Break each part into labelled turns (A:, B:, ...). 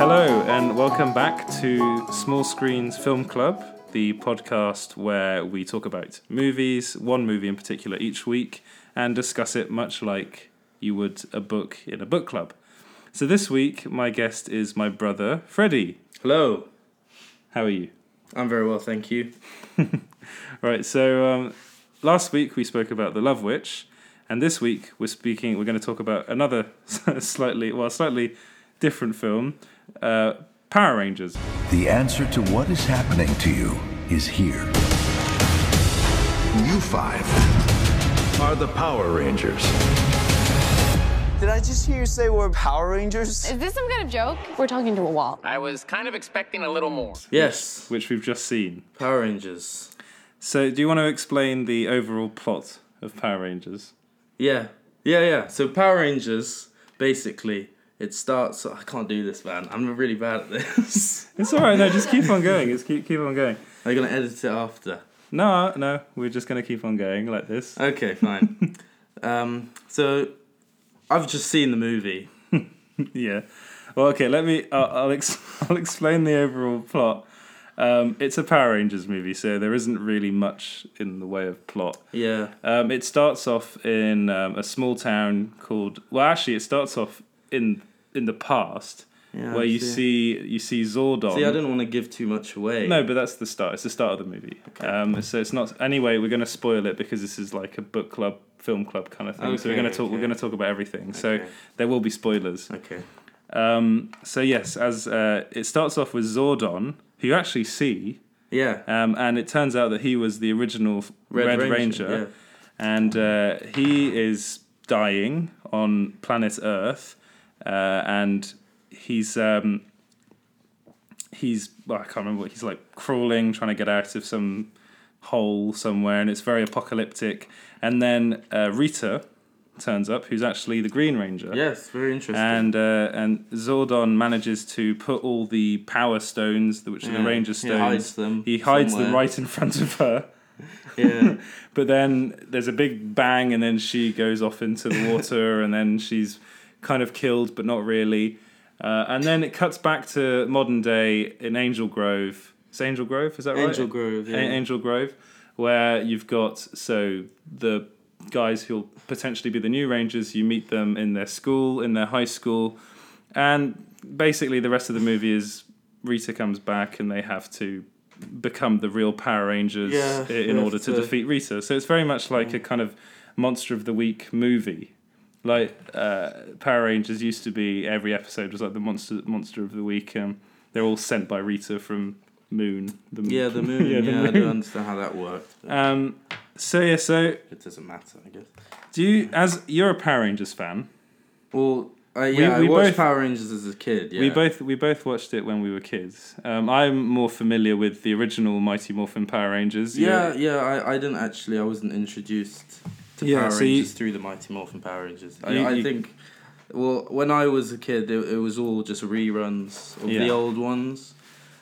A: and welcome back to Small Screens Film Club, the podcast where we talk about movies, one movie in particular each week, and discuss it much like you would a book in a book club. So this week, my guest is my brother, Freddie.
B: Hello.
A: How are you?
B: I'm very well, thank you.
A: Right, so um, last week we spoke about The Love Witch, and this week we're speaking, we're going to talk about another slightly, well, slightly different film, uh, Power Rangers.
C: The answer to what is happening to you is here. You five are the Power Rangers.
D: Did I just hear you say we're Power Rangers?
E: Is this some kind of joke? We're talking to a wall.
F: I was kind of expecting a little more.
B: Yes,
A: Which we've just seen.
B: Power Rangers.
A: So, do you want to explain the overall plot of Power Rangers?
B: Yeah, yeah, yeah. So Power Rangers, basically, it starts. I can't do this, man. I'm really bad at this.
A: It's all right. No, just keep on going. Just keep keep on going.
B: Are you gonna edit it after?
A: No, no, we're just gonna keep on going like this.
B: Okay, fine. um, so I've just seen the movie.
A: Yeah. Well, okay. Let me. I'll I'll, ex- I'll explain the overall plot. Um, it's a Power Rangers movie, so there isn't really much in the way of plot.
B: Yeah,
A: Um, it starts off in um, a small town called. Well, actually, it starts off in in the past,
B: Yeah,
A: where
B: I
A: you see.
B: see.
A: you see Zordon.
B: See, I don't want to give too much away.
A: No, but that's the start. It's the start of the movie. Um, so it's not. Anyway, we're going to spoil it because this is like a book club, film club kind of thing. so we're
B: Okay,
A: going to talk. We're
B: okay.
A: going to talk about everything. So
B: Okay.
A: there will be spoilers.
B: Okay.
A: Um, so yes, as uh, it starts off with Zordon, who you actually see,
B: Yeah.
A: um, and it turns out that he was the original Red, Ranger, and uh, he is dying on planet Earth, uh, and he's um, he's well, I can't remember what he's like crawling, trying to get out of some hole somewhere, and it's very apocalyptic. And then uh, Rita turns up, who's actually the Green Ranger.
B: Yeah. Yes, very interesting.
A: And uh, and Zordon manages to put all the power stones, which are the
B: Yeah,
A: Ranger
B: he
A: stones.
B: hides them
A: He hides them
B: somewhere.
A: right in front of her.
B: yeah.
A: But then there's a big bang, and then she goes off into the water, and then she's kind of killed, but not really. Uh, and then it cuts back to modern day in Angel Grove. It's Angel Grove, is that right?
B: Angel Grove, yeah.
A: A- Angel Grove, where you've got so the guys who'll potentially be the new Rangers. You meet them in their school, in their high school, and basically the rest of the movie is Rita comes back, and they have to become the real Power Rangers
B: Yeah,
A: i- in
B: they
A: order
B: have
A: to
B: to-
A: defeat Rita. So it's very much like a kind of monster of the week movie. Like uh, Power Rangers used to be, every episode was like the monster monster of the week. Um, they're all sent by Rita from Moon. The,
B: Yeah, the moon. yeah,
A: the
B: I don't understand how that worked. but
A: Um, so yeah, so
B: it doesn't matter, I guess.
A: do you as you're a Power Rangers fan?
B: Well, uh, yeah,
A: we
B: I watched
A: both-
B: Power Rangers as a kid. Yeah.
A: We both we both watched it when we were kids. Um, I'm more familiar with the original Mighty Morphin Power Rangers.
B: Yeah, yeah. I, I didn't actually. I wasn't introduced to
A: Yeah,
B: Power
A: so you-
B: Rangers through the Mighty Morphin Power Rangers. I,
A: You-
B: I
A: you-
B: think. Well, when I was a kid, it, it was all just reruns of
A: Yeah.
B: the old ones.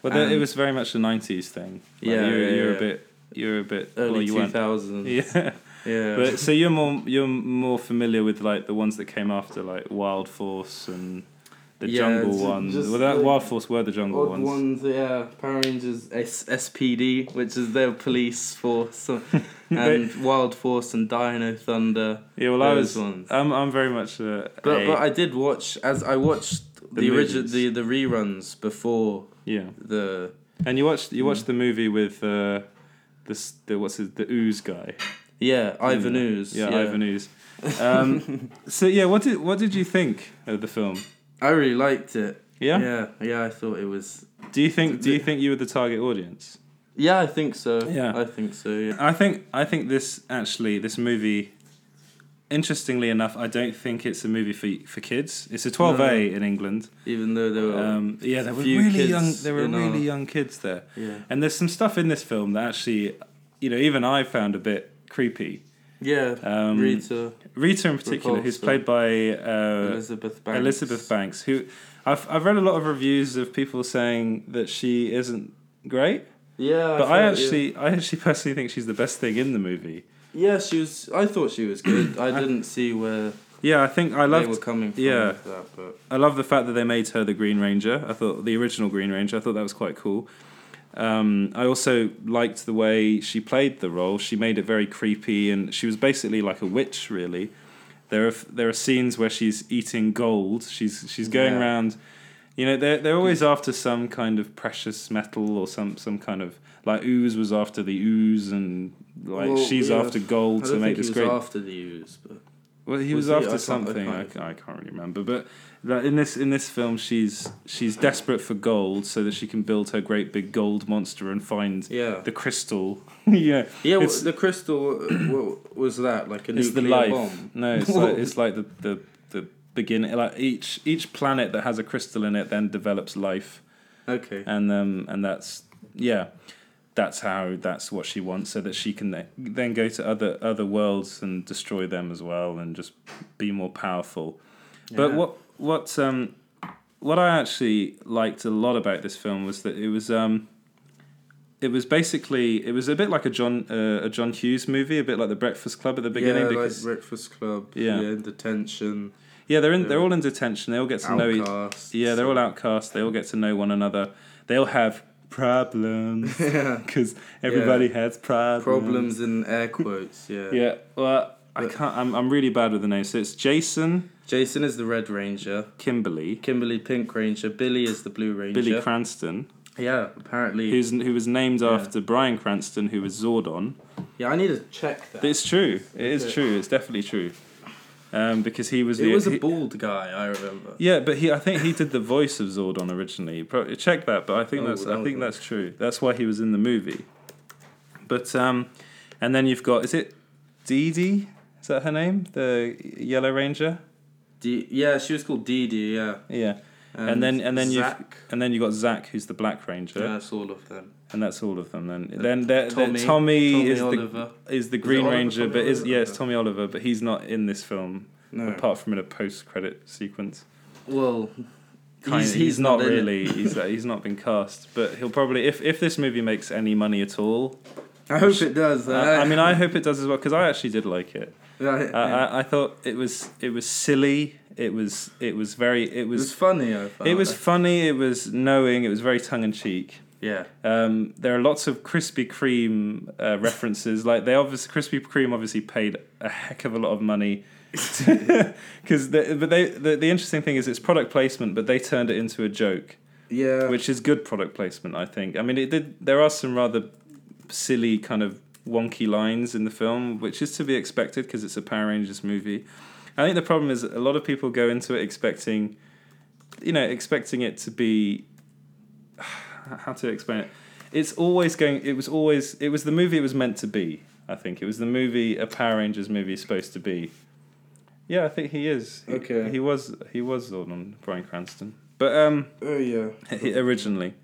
A: But then it
B: Um,
A: was very much a '90s thing. Like,
B: Yeah,
A: you're,
B: yeah,
A: you're
B: yeah.
A: a bit, you're a bit. well,
B: Early
A: you
B: two
A: weren't.
B: thousands.
A: Yeah,
B: yeah.
A: but so you're more you're more familiar with like the ones that came after, like Wild Force and the
B: Yeah,
A: Jungle
B: it's
A: ones.
B: just
A: Well, that
B: like
A: Wild Force were the Jungle
B: Odd
A: ones.
B: ones, yeah. Power Rangers S- SPD, which is their police force, and Wild Force and Dino Thunder.
A: Yeah, well, I was. uh,
B: those ones.
A: I'm I'm very much a.
B: But
A: a-
B: but I did watch as I watched the, original
A: movies.
B: the, the reruns before
A: yeah.
B: the
A: And you watched you watched the movie with uh, this the what's his, the ooze guy.
B: yeah Ivan Ooze
A: Yeah, Ivan Ooze. Um, so yeah, what did what did you think of the film?
B: I really liked it.
A: Yeah?
B: yeah, yeah. I thought it was.
A: Do you think do you think you were the target audience?
B: Yeah, I think so.
A: Yeah.
B: I think so. Yeah.
A: I think I think this actually this movie. Interestingly enough, I don't think it's a movie for for kids. It's a 12A in England.
B: Even though there were
A: Um, yeah, there were
B: few
A: really
B: kids
A: young. There were
B: in
A: really
B: our-
A: young kids there.
B: Yeah.
A: And there's some stuff in this film that actually, you know, even I found a bit creepy.
B: yeah
A: um,
B: Rita
A: Rita in particular, who's
B: Repulsa.
A: played by uh,
B: Elizabeth Banks.
A: Elizabeth Banks, who I've I've read a lot of reviews of people saying that she isn't great,
B: Yeah,
A: but
B: thought,
A: I
B: yeah.
A: actually I actually personally think she's the best thing in the movie.
B: yeah. she was. I thought she was good. I didn't see where
A: Yeah, I think I
B: They
A: loved.
B: were coming from
A: Yeah,
B: that, but
A: I love the fact that they made her the Green Ranger. I thought the original Green Ranger. I thought that was quite cool. Um, I also liked the way she played the role. She made it very creepy, and she was basically like a witch, really. There are there are scenes where she's eating gold. She's she's going
B: Yeah.
A: around. You know, they're they're always after some kind of precious metal or some some kind of like ooze was after the ooze, and like
B: Well,
A: she's
B: yeah.
A: after gold
B: I
A: to
B: don't
A: make
B: think
A: this
B: he
A: great.
B: was after the U's, but
A: Well, he was,
B: Was he? I
A: after
B: can't- I
A: something. I,
B: can't-
A: ca- I can't really remember. But that in this in this film, she's she's desperate for gold so that she can build her great big gold monster and find
B: Yeah.
A: the crystal. yeah,
B: yeah, well,
A: It's,
B: the crystal what was that like a
A: it's
B: nuclear
A: the life.
B: bomb?
A: No, it's like, it's like the the the beginning. Like each each planet that has a crystal in it then develops life,
B: okay.
A: and um and that's yeah. That's how. That's what she wants, so that she can then- then go to other other worlds and destroy them as well, and just be more powerful. But
B: Yeah.
A: what what um what I actually liked a lot about this film was that it was um it was basically it was a bit like a John uh, a John Hughes movie, a bit like The Breakfast Club at the
B: yeah,
A: beginning.
B: like
A: because,
B: Breakfast Club.
A: Yeah.
B: Yeah, detention.
A: yeah, they're in they're all in detention. They all get to know each.
B: Outcasts.
A: Yeah, they're all outcasts. They all get to know one another. They all have problems because everybody has problems.
B: Problems in air quotes. Yeah.
A: Yeah. Well, I can't. I'm I'm really bad with the names. So it's Jason,
B: Jason is the Red Ranger.
A: Kimberly,
B: Kimberly Pink Ranger. Billy is the Blue Ranger.
A: Billy Cranston.
B: Yeah, apparently.
A: who's who was named after Brian Cranston, who was Zordon.
B: yeah, I need to check that.
A: But it's true. It is true. It's definitely true. Um, because he was.
B: it
A: the-
B: was a
A: he-
B: bald guy, I remember.
A: Yeah, but he. I think he did the voice of Zordon originally. Pro- Check that, but I think
B: Oh,
A: that's.
B: that
A: I
B: was
A: think
B: it.
A: that's true. That's why he was in the movie. But um, and then you've got is it Dee Dee? Is that her name? The Yellow Ranger.
B: D- yeah, she was called Dee Dee, yeah.
A: Yeah. And,
B: And
A: then and then you
B: Zack.
A: and then you got Zach, who's the Black Ranger,
B: Yeah, that's all of them.
A: and that's all of them. Then then there- there- Tommy,
B: Tommy- Tommy
A: is
B: Oliver.
A: the is the Green
B: Oliver,
A: Ranger,
B: Tommy
A: but is
B: Oliver?
A: yeah, it's Tommy Oliver, but he's not in this film
B: No.
A: apart from in a post credit sequence.
B: Well,
A: Kinda.
B: he's, he's not, in it.
A: really he's uh, he's not been cast, but he'll probably if if this movie makes any money at all.
B: I hope it does. eh?
A: uh, I mean, I hope it does as well because I actually did like it.
B: Right,
A: Uh,
B: yeah.
A: I, I thought it was it was silly. It was it was very it
B: it was
A: was
B: funny. I found.
A: it was funny. It was knowing. It was very tongue in cheek.
B: yeah.
A: Um, there are lots of Krispy Kreme uh, references. Like they obviously Krispy Kreme obviously paid a heck of a lot of money. Because the, but they the, the interesting thing is it's product placement, but they turned it into a joke,
B: Yeah.
A: which is good product placement, I think. I mean, it did. There are some rather silly kind of wonky lines in the film, which is to be expected because it's a Power Rangers movie. I think the problem is a lot of people go into it expecting, you know, expecting it to be how to explain it. It's always going. It was always. It was the movie it was meant to be. I think it was the movie a Power Rangers movie is supposed to be. Yeah, I think he is. He-
B: Okay.
A: He was. He was Zordon, Brian Cranston. But um,
B: oh yeah.
A: he- originally,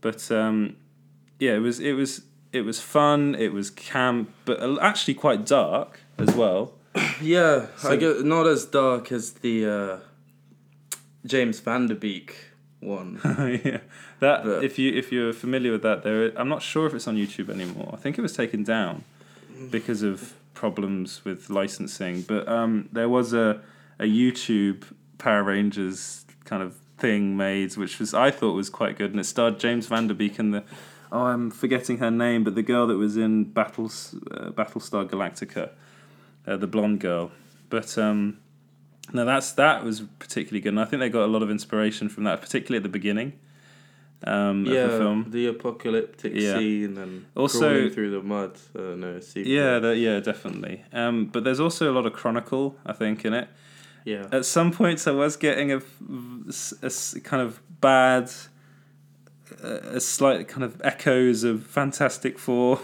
A: but um, yeah, it was. It was. It was fun. It was camp, but uh, actually quite dark as well.
B: Yeah. I get not as dark as the uh, James Vanderbeek one.
A: yeah, that
B: But-
A: if you if you're familiar with that, there. I'm not sure if it's on YouTube anymore. I think it was taken down because of problems with licensing. But um, there was a a YouTube Power Rangers kind of thing made, which was I thought was quite good, and it starred James Vanderbeek and the. Oh, I'm forgetting her name, but the girl that was in Battles, uh, Battlestar Galactica, uh, the blonde girl. But um, no, that's that was particularly good, and I think they got a lot of inspiration from that, particularly at the beginning um,
B: yeah.
A: of the film.
B: The apocalyptic
A: Yeah.
B: scene and
A: Also-
B: crawling through the mud. Uh, no. Secret.
A: yeah, the, yeah, definitely. Um, but there's also a lot of chronicle, I think, in it.
B: Yeah.
A: At some points, I was getting a, a s- kind of bad, a, a slight kind of echoes of Fantastic Four,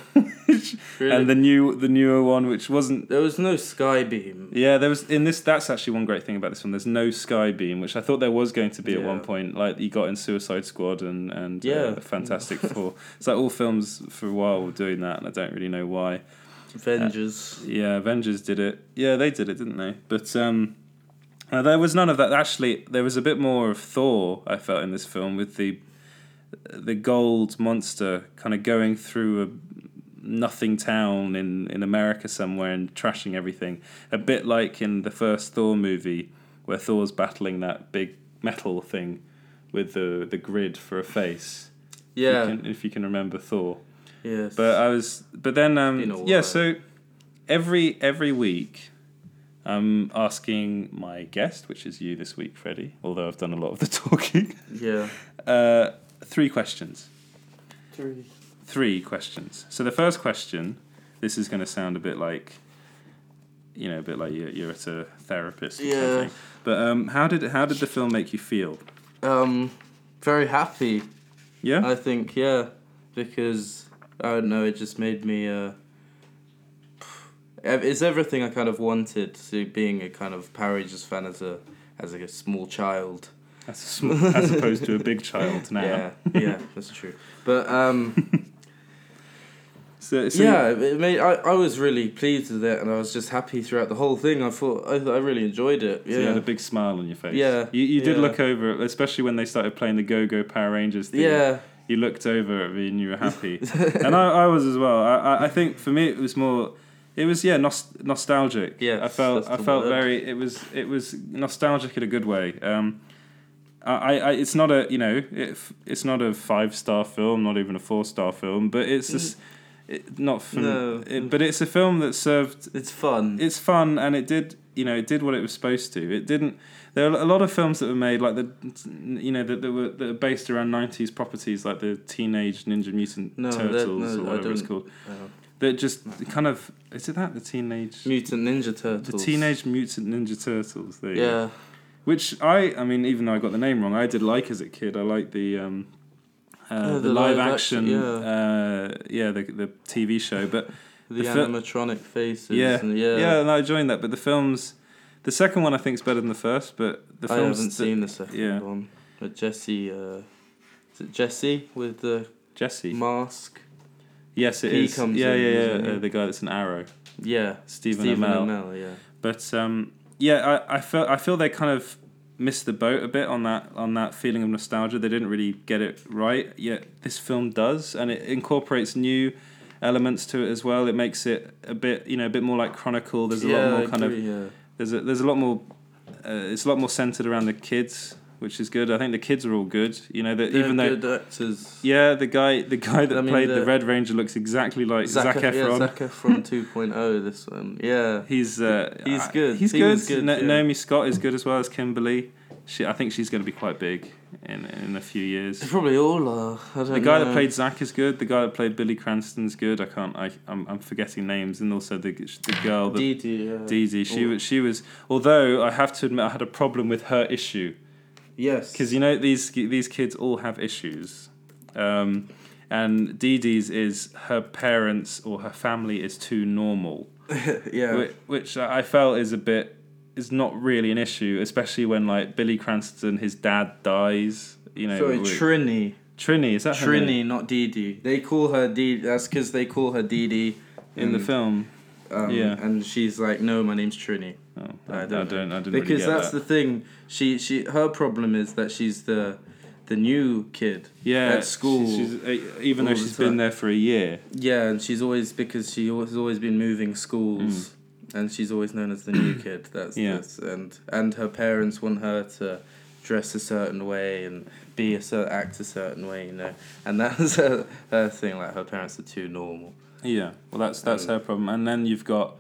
B: Really?
A: and the new the newer one, which wasn't
B: there was no sky beam.
A: Yeah, there was in this. That's actually one great thing about this one. There's no sky beam, which I thought there was going to be at
B: Yeah.
A: one point. Like you got in Suicide Squad and and uh,
B: Yeah.
A: Fantastic Four. It's like all films for a while were doing that, and I don't really know why.
B: Avengers.
A: Yeah, Avengers did it. Yeah, they did it, didn't they? But um, uh, there was none of that. Actually, there was a bit more of Thor. I felt in this film with the the gold monster kind of going through a nothing town in, in America somewhere and trashing everything. A bit like in the first Thor movie where Thor's battling that big metal thing with the, the grid for a face.
B: Yeah.
A: If you can, if you can remember Thor.
B: yes.
A: But uh, I was, but then,
B: been a
A: um,
B: while.
A: yeah. So every every week, I'm asking my guest, which is you this week, Freddie. Although I've done a lot of the talking.
B: yeah.
A: Uh, three questions.
B: Three.
A: Three questions. So the first question, this is going to sound a bit like, you know, a bit like you're, you're at a therapist or
B: Yeah.
A: something. But um, how did how did the film make you feel?
B: Um, very happy.
A: Yeah.
B: I think yeah, because I don't know. It just made me. Uh, ev- it's everything I kind of wanted to being a kind of Power Rangers fan as a as like a small child.
A: as, a sm- as opposed to a big child now.
B: Yeah, yeah, that's true. But um,
A: So, so
B: yeah, it made, I I was really pleased with it, and I was just happy throughout the whole thing. I thought I, I really enjoyed it. Yeah,
A: So you had a big smile on your face.
B: Yeah,
A: You, you did
B: yeah.
A: look over, especially when they started playing the Go Go Power Rangers theme.
B: Yeah.
A: You looked over at me and you were happy. and I, I was as well. I, I, I think for me it was more, it was, yeah, nos- nostalgic.
B: Yes,
A: I felt,
B: that's
A: I
B: the
A: felt
B: word.
A: very, it was, it was nostalgic in a good way. Um, I, I, I- it's not a, you know, it, f- it's not a five star film, not even a four star film, but it's just, it, not from,
B: Mm. No.
A: it, but it's a film that served
B: it's fun.
A: it's fun and it did you know it did what it was supposed to it didn't there are a lot of films that were made like the you know that, that were that are based around 90s properties like the teenage ninja mutant
B: No, that-
A: turtles
B: no,
A: or
B: I
A: whatever it's
B: don't-
A: called
B: uh,
A: that just kind of is it that the teenage
B: Mutant Ninja Turtles.
A: the teenage mutant ninja turtles there you go.
B: Yeah.
A: which i i mean even though i got the name wrong i did like as a kid i liked the um uh,
B: Oh,
A: the,
B: the
A: live,
B: live
A: action,
B: action,
A: uh yeah the the tv show but
B: The,
A: fil-
B: animatronic faces.
A: yeah.
B: and
A: yeah, And I joined that, but the films, the second one I think is better than the first, but the
B: I
A: films.
B: haven't seen the second
A: yeah.
B: one. But Jesse, uh, is it Jesse with the
A: Jesse.
B: mask?
A: yes, it
B: he
A: is.
B: comes
A: yeah,
B: in,
A: yeah, yeah,
B: doesn't he?
A: uh, the guy that's an arrow.
B: Yeah,
A: Stephen
B: Stephen
A: Amell.
B: yeah.
A: But um, yeah, I, I feel I feel they kind of missed the boat a bit on that on that feeling of nostalgia. They didn't really get it right yet. This film does, and it incorporates new elements to it as well. It makes it a bit you know a bit more like Chronicle. There's a
B: yeah,
A: lot
B: I
A: more kind of
B: agree, yeah.
A: there's a there's a lot more uh, it's a lot more centered around the kids which is good i think the kids are all good you know that
B: They're
A: even though
B: good actors.
A: yeah the guy the guy that
B: I mean,
A: played the
B: the-
A: red ranger looks exactly like Zac,
B: yeah,
A: efron
B: Zac Efron 2.0. This one, yeah.
A: he's uh,
B: He's
A: I-
B: good.
A: he's
B: He
A: good,
B: was good,
A: Na-
B: yeah.
A: naomi scott is good as well as kimberly she i think she's going to be quite big in in a few years
B: They probably all are. I don't
A: the guy that
B: know.
A: played Zack is good. The guy that played Billy Cranston's good. I can't. I, I'm, I'm forgetting names, and also the the girl, the
B: Dee Dee, yeah.
A: Dee Dee. She
B: Oh,
A: was. She was. Although I have to admit, I had a problem with her issue.
B: yes.
A: because you know these these kids all have issues, um, and Dee Dee's is her parents or her family is too normal,
B: yeah,
A: which, which I felt is a bit is not really an issue, especially when like Billy Cranston, his dad dies. You know,
B: sorry,
A: with-
B: Trini.
A: Trini is that her
B: Trini,
A: name?
B: not Dee Dee. They call her Dee. That's because they call her Dee Dee
A: in the film.
B: Um,
A: Yeah.
B: And she's like, no, my name's Trini.
A: Oh,
B: I don't.
A: don't. I didn't
B: because
A: really get
B: that's
A: that.
B: the thing. She she her problem is that she's the the new kid.
A: yeah,
B: At school.
A: she- she's, uh, even though
B: all the
A: she's been
B: time.
A: there for a year.
B: yeah, and she's always because she al- has always been moving schools, and she's always known as the new kid. That's
A: Mm. Yeah.
B: that's- and and her parents want her to dress a certain way and be a certain act a certain way, you know. And that's her, her thing. Like her parents are too normal.
A: Yeah, well, that's that's
B: Mm.
A: her problem. And then you've got,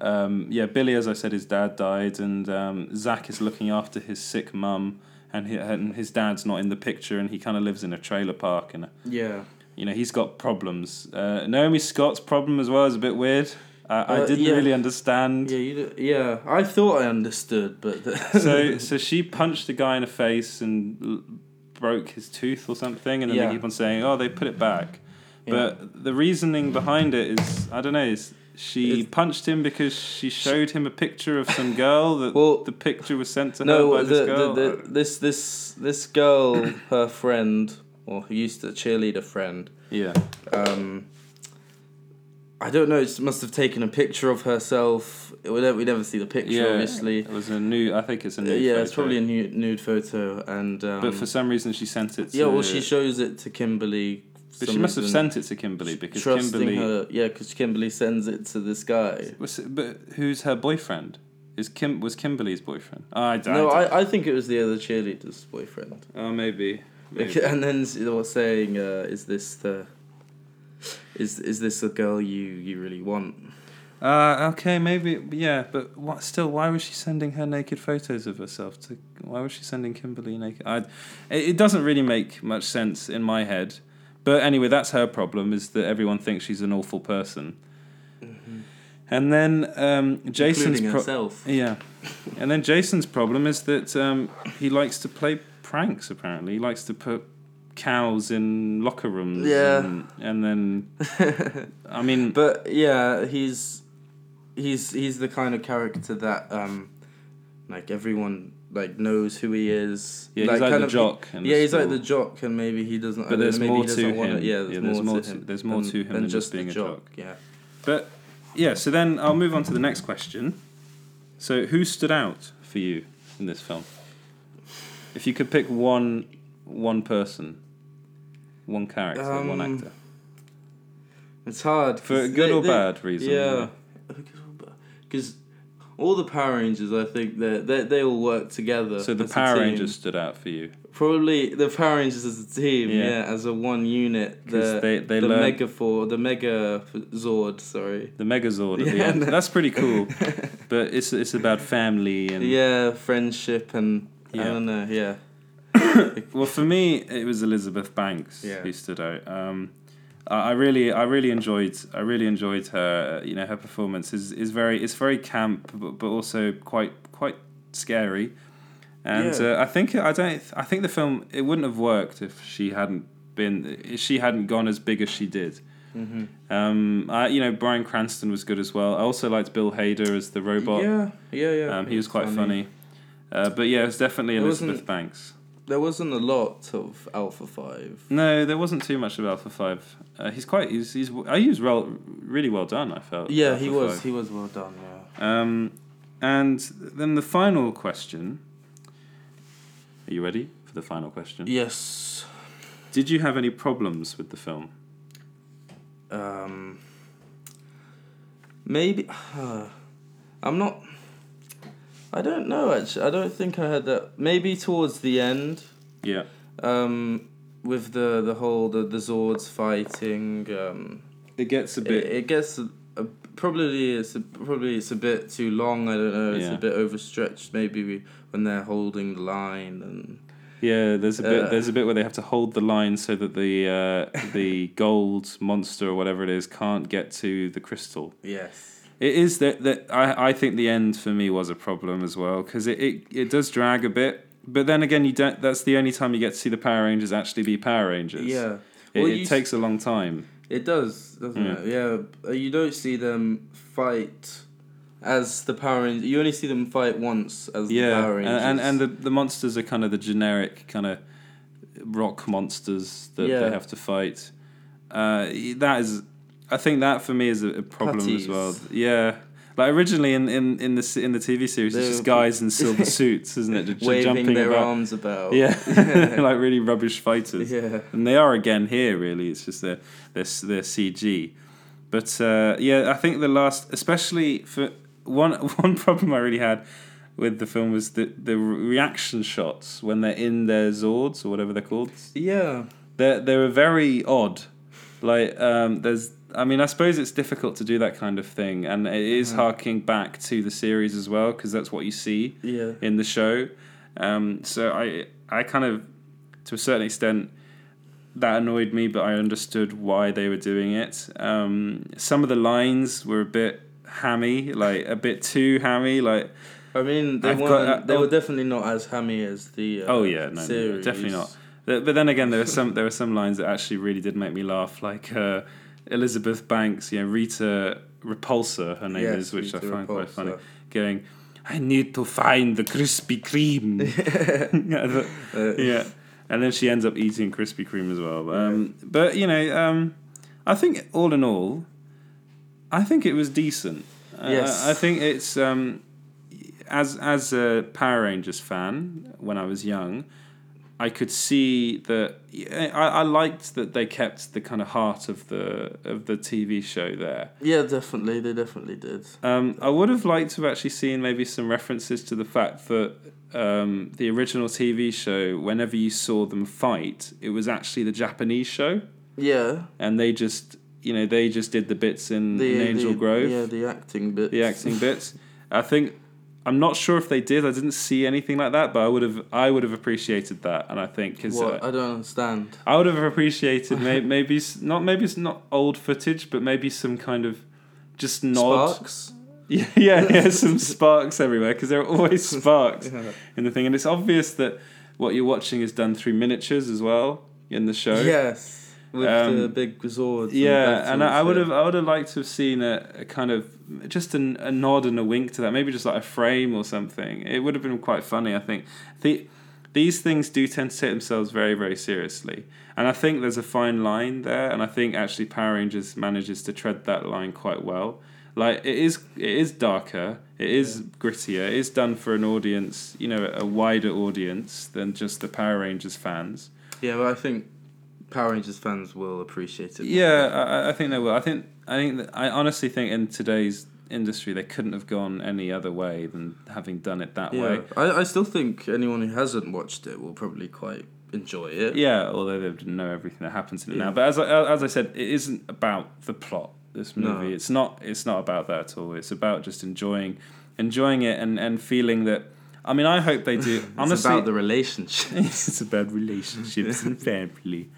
A: um, yeah, Billy, as I said, his dad died, and um, Zach is looking after his sick mum, and, he, and his dad's not in the picture, and he kind of lives in a trailer park, and
B: Yeah.
A: you know he's got problems. Uh, Naomi Scott's problem as well is a bit weird. I I
B: Uh,
A: didn't
B: yeah.
A: really understand.
B: Yeah, you d yeah. I thought I understood, but
A: So so she punched the guy in the face and l- broke his tooth or something, and then
B: Yeah.
A: they keep on saying, oh, they put it back. But the reasoning behind it is, I don't know, is she
B: It's-
A: punched him because she showed him a picture of some girl that
B: Well,
A: the picture was sent to
B: no,
A: her by
B: the,
A: this girl. uh,
B: The, the, this this this girl, her friend, or who used to cheerleader friend.
A: yeah.
B: Um, I don't know. She must have taken a picture of herself. We never, we never see the picture,
A: Yeah.
B: obviously.
A: It was a new, I think it's a
B: Uh,
A: new
B: yeah, it's
A: photo.
B: probably a nude, nude photo, and um,
A: But for some reason she sent it to
B: yeah, well, she shows it to Kimberly
A: But she
B: some
A: must have
B: reason
A: sent it to Kimberly because
B: trusting
A: Kimberly.
B: her. Yeah, because Kimberly sends it to this guy.
A: Was it- but who's her boyfriend? Is Kim was Kimberly's boyfriend? I don't.
B: No, I, I think it was the other cheerleader's boyfriend.
A: Oh, maybe. maybe.
B: Bec- And then they were saying, uh, "Is this the, is is this the girl you you really want?"
A: Uh, okay, maybe. Yeah, but what? Still, why was she sending her naked photos of herself? To why was she sending Kimberly naked? I, it, it doesn't really make much sense in my head. But anyway, that's her problem: is that everyone thinks she's an awful person. And then um, Jason's
B: Mm-hmm. Including
A: pro-
B: herself.
A: Yeah, and then Jason's problem is that um, he likes to play pranks. Apparently, he likes to put cows in locker rooms.
B: Yeah.
A: and, and then I mean,
B: But yeah, he's he's he's the kind of character that um like everyone like knows who he is.
A: Yeah, he's like
B: kind
A: the
B: of-
A: jock in the
B: yeah, he's like
A: school.
B: the jock, and maybe he doesn't. I don't know,
A: there's
B: maybe
A: more
B: he doesn't
A: to
B: wanna-
A: him.
B: yeah, there's,
A: Yeah,
B: more, to him.
A: there's more
B: than,
A: to him
B: than
A: than just
B: the
A: being a jock.
B: Yeah.
A: But yeah, so then I'll move on to the next question. So who stood out for you in this film? If you could pick one one person, one character, one
B: Um,
A: actor.
B: It's hard 'cause
A: For a good
B: they-
A: or
B: they-
A: bad reason,
B: Yeah,
A: really.
B: because all the Power Rangers, I think they they they all work together.
A: So the
B: as a
A: Power
B: team.
A: Rangers stood out for you.
B: Probably the Power Rangers as a team,
A: Yeah.
B: yeah, as a one unit.
A: 'Cause
B: The,
A: they- they
B: the
A: learn-
B: Mega Four, the Mega Zord, sorry.
A: The Megazord at the
B: Yeah,
A: end.
B: no.
A: That's pretty cool. but it's it's about family and
B: Yeah, friendship and
A: Yeah.
B: I don't know. Yeah,
A: Well, for me, it was Elizabeth Banks
B: Yeah.
A: who stood out. Um, I I really, I really enjoyed, I really enjoyed her. uh, You know, her performance is, is very, it's very camp, but, but also quite quite scary. And
B: Yeah.
A: uh, I think I don't, I think the film it wouldn't have worked if she hadn't been, if she hadn't gone as big as she did.
B: Mm-hmm.
A: Um, I, you know, Brian Cranston was good as well. I also liked Bill Hader as the robot.
B: yeah, yeah, yeah.
A: um, he was
B: it's
A: quite funny. Uh, but yeah, it was definitely
B: wasn't-
A: Elizabeth Banks.
B: There wasn't a lot of Alpha Five.
A: No, there wasn't too much of Alpha Five. Uh, he's quite. He's. he's I he was well, really well done. I felt.
B: Yeah,
A: Alpha
B: he was.
A: Five.
B: He was well done. Yeah.
A: Um, and then the final question. Are you ready for the final question?
B: yes.
A: Did you have any problems with the film?
B: Um. Maybe I'm not. I don't know. Actually, I don't think I had that. Maybe towards the end.
A: Yeah.
B: um, with the the whole the, the Zords fighting. Um,
A: It gets a
B: it,
A: bit.
B: it gets a, a, probably it's a, probably it's a bit too long. I don't know. It's
A: Yeah.
B: a bit overstretched. Maybe we, when they're holding the line and
A: yeah, there's a bit.
B: uh,
A: there's a bit where they have to hold the line so that the uh, the gold monster or whatever it is can't get to the crystal.
B: yes,
A: It is that that I, I think the end for me was a problem as well because it, it it does drag a bit. But then again, you don't. That's the only time you get to see the Power Rangers actually be Power Rangers.
B: yeah.
A: It,
B: Well,
A: it
B: you s-
A: takes a long time.
B: It does, doesn't it? Yeah, uh, you don't see them fight as the Power Rangers. You only see them fight once as the
A: Yeah,
B: Power
A: and
B: Rangers.
A: and, and the, the monsters are kind of the generic kind of rock monsters that
B: Yeah.
A: they have to fight. Uh, that is, I think that for me is a, a problem as
B: Putties.
A: well. Yeah. Like originally in, in, in the s- in the TV series,
B: They
A: it's just
B: were-
A: guys in silver suits, isn't it? Just
B: waving
A: jumping
B: their
A: about.
B: arms about.
A: Yeah, like really rubbish fighters.
B: Yeah.
A: and they are again here. Really, it's just their their their CG. But uh, yeah, I think the last, especially for one one problem I really had with the film was the the reaction shots when they're in their Zords or whatever they're called.
B: yeah.
A: They they were very odd. Like um, there's. I mean, I suppose it's difficult to do that kind of thing, and it is harking back to the series as well, because that's what you see
B: Yeah.
A: in the show. Um, so I I kind of to a certain extent that annoyed me, but I understood why they were doing it. Um, some of the lines were a bit hammy, like a bit too hammy, like
B: I mean, they
A: I've
B: weren't.
A: got, uh,
B: they
A: oh-
B: were definitely not as hammy as the. Uh,
A: oh yeah, no, no, no
B: series.
A: definitely not. Th- But then again, there were some there were some lines that actually really did make me laugh, like uh, Elizabeth Banks, you know, Rita Repulsa, her name
B: Yes,
A: is, which I
B: Rita
A: find quite funny,
B: Repulsa.
A: going. I need to find the Krispy Kreme. I thought-
B: Uh,
A: yeah. And then she ends up eating Krispy Kreme as well. Um, But you know, um, I think all in all, I think it was decent. I-
B: Yes.
A: I, I think it's um, as as a Power Rangers fan when I was young, I could see that yeah, I, I liked that they kept the kind of heart of the of the TV show there.
B: Yeah, definitely. They definitely did.
A: Um, I would have liked to have actually seen maybe some references to the fact that um, the original TV show, whenever you saw them fight, it was actually the Japanese show,
B: yeah.
A: and they just you know they just did the bits in,
B: The,
A: in Angel
B: the-
A: Grove,
B: Yeah, the acting bit.
A: the acting bits. I think I'm not sure if they did. I didn't see anything like that, but I would have I would have appreciated that, and I think 'cause,
B: What?
A: uh,
B: I don't understand.
A: I would have appreciated maybe, maybe s- not maybe it's not old footage, but maybe some kind of just nod.
B: Sparks?
A: Yeah, yeah, yeah, some sparks everywhere because there are always sparks in the thing, and it's obvious that what you're watching is done through miniatures as well in the show.
B: Yes. With the
A: Um,
B: big swords.
A: Yeah, and I, I
B: batons,
A: would
B: yeah.
A: have, I would have liked to have seen a, a kind of just an, a nod and a wink to that, maybe just like a frame or something. It would have been quite funny, I think. The, these things do tend to take themselves very, very seriously, and I think there's a fine line there, and I think actually Power Rangers manages to tread that line quite well. Like it is, it is darker, it is grittier, it is done for an audience, you know, a wider audience than just the Power Rangers fans.
B: Yeah, but I think Power Rangers fans will appreciate it.
A: Yeah, I- I, I think they will. I think I think that, I honestly think in today's industry they couldn't have gone any other way than having done it that
B: Yeah.
A: way.
B: I, I still think anyone who hasn't watched it will probably quite enjoy it.
A: Yeah, although they didn't know everything that happens in it now. But as I, as I said, it isn't about the plot. This movie, it's not it's not about that at all. It's about just enjoying enjoying it and and feeling that. I mean, I hope they do.
B: It's
A: honestly,
B: about the relationship.
A: it's about relationships and family.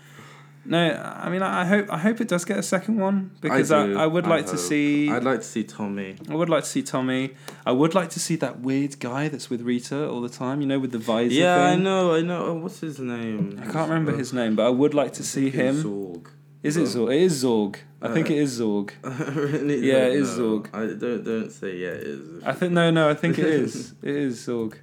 A: No, I mean, I I hope I hope it does get a second one because I,
B: do,
A: I, would like to
B: hope.
A: see.
B: I'd like to see Tommy.
A: I would like to see Tommy. I would like to see that weird guy that's with Rita all the time, you know, with the visor
B: Yeah, I
A: thing.
B: know, I know. Oh, what's his name?
A: I can't remember his name, but I would like to see him.
B: Zorg.
A: Is it Zorg? It is Zorg. I think it is Zorg.
B: Uh. really
A: Yeah,
B: don't
A: it is
B: know.
A: Zorg.
B: I don't don't say yeah, it is.
A: I think no, no. I think it is. It is Zorg.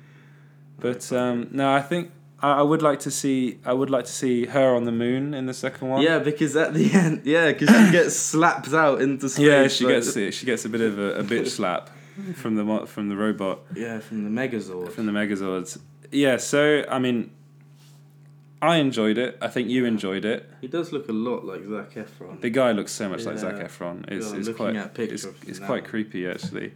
A: But um, no, I think I, I would like to see. I would like to see her on the moon in the second one.
B: yeah, because at the end, yeah, because she gets slapped out into space.
A: yeah. She
B: like-
A: gets it. She gets a bit of a, a bitch slap from the mo- from the robot.
B: Yeah, from the Megazord.
A: from the Megazords. Yeah, so I mean, I enjoyed it. I think you enjoyed it.
B: he does look a lot like Zac Efron.
A: The guy looks so much like Zac
B: Yeah.
A: Efron. It's,
B: God,
A: it's
B: looking
A: quite
B: at pictures
A: it's,
B: of
A: it's
B: now.
A: quite creepy actually.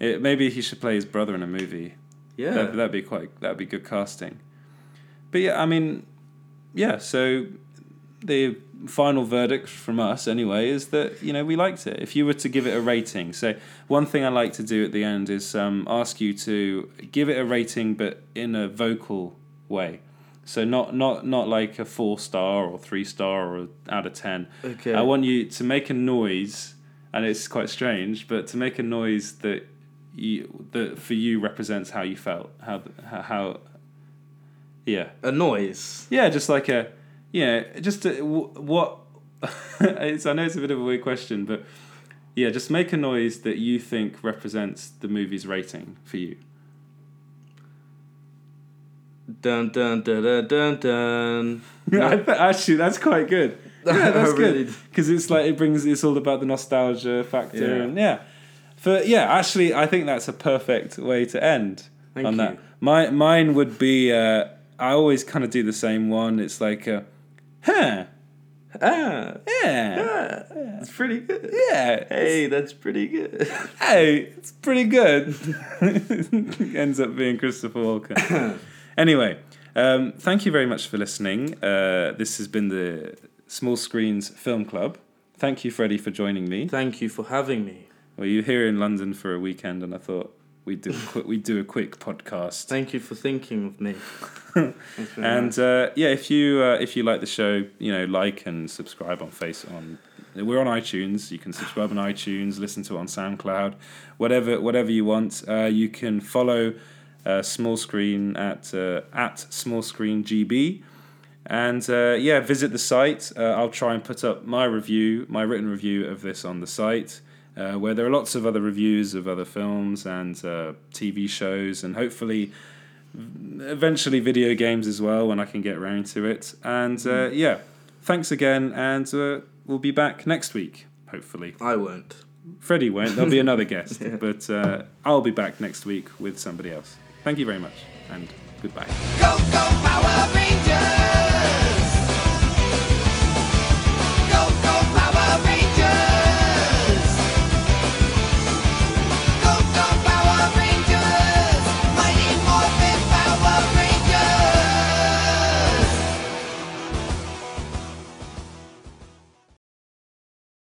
A: it, maybe he should play his brother in a movie.
B: yeah,
A: That that'd be quite that'd be good casting. But yeah, I mean, yeah. So the final verdict from us anyway is that you know we liked it. If you were to give it a rating, so one thing I like to do at the end is um, ask you to give it a rating, but in a vocal way. So not not not like a four star or three star or out of ten.
B: Okay.
A: I want you to make a noise, and it's quite strange, but to make a noise that you that for you represents how you felt, how how yeah.
B: a noise.
A: Yeah, just like a, you know, just a, wh- what. it's, I know it's a bit of a weird question, but yeah, just make a noise that you think represents the movie's rating for you.
B: Dun dun dun dun dun dun.
A: I th- actually, that's quite good. Yeah, that's
B: I really
A: good
B: d-
A: because it's like it brings it's all about the nostalgia factor
B: Yeah.
A: and yeah. For yeah, actually, I think that's a perfect way to end
B: Thank
A: on that.
B: you.
A: My mine would be. Uh, I always kind of do the same one. It's like, uh, huh,
B: Ah,
A: yeah,
B: it's pretty good.
A: yeah.
B: Hey, that's pretty good.
A: hey, it's pretty good. Ends up being Christopher Walken. anyway, um, thank you very much for listening. Uh, this has been the Small Screens Film Club. Thank you, Freddie, for joining me.
B: Thank you for having me.
A: Well, you were here in London for a weekend, and I thought we'd do a quick, we'd do a quick podcast.
B: Thank you for thinking of me.
A: and uh, yeah, if you uh, if you like the show, you know, like and subscribe on Face on. We're on iTunes. You can subscribe on iTunes, listen to it on SoundCloud, whatever whatever you want. Uh, you can follow uh, Small Screen at uh, at Small Screen GB. And uh, yeah, visit the site. Uh, I'll try and put up my review, my written review of this on the site, uh, where there are lots of other reviews of other films and uh, TV shows, and hopefully, eventually, video games as well when I can get around to it. And uh, yeah, thanks again, and uh, we'll be back next week, hopefully.
B: I won't.
A: Freddie won't, there'll be another guest, but uh, I'll be back next week with somebody else. Thank you very much, and goodbye.
G: Go, go, Power Rangers!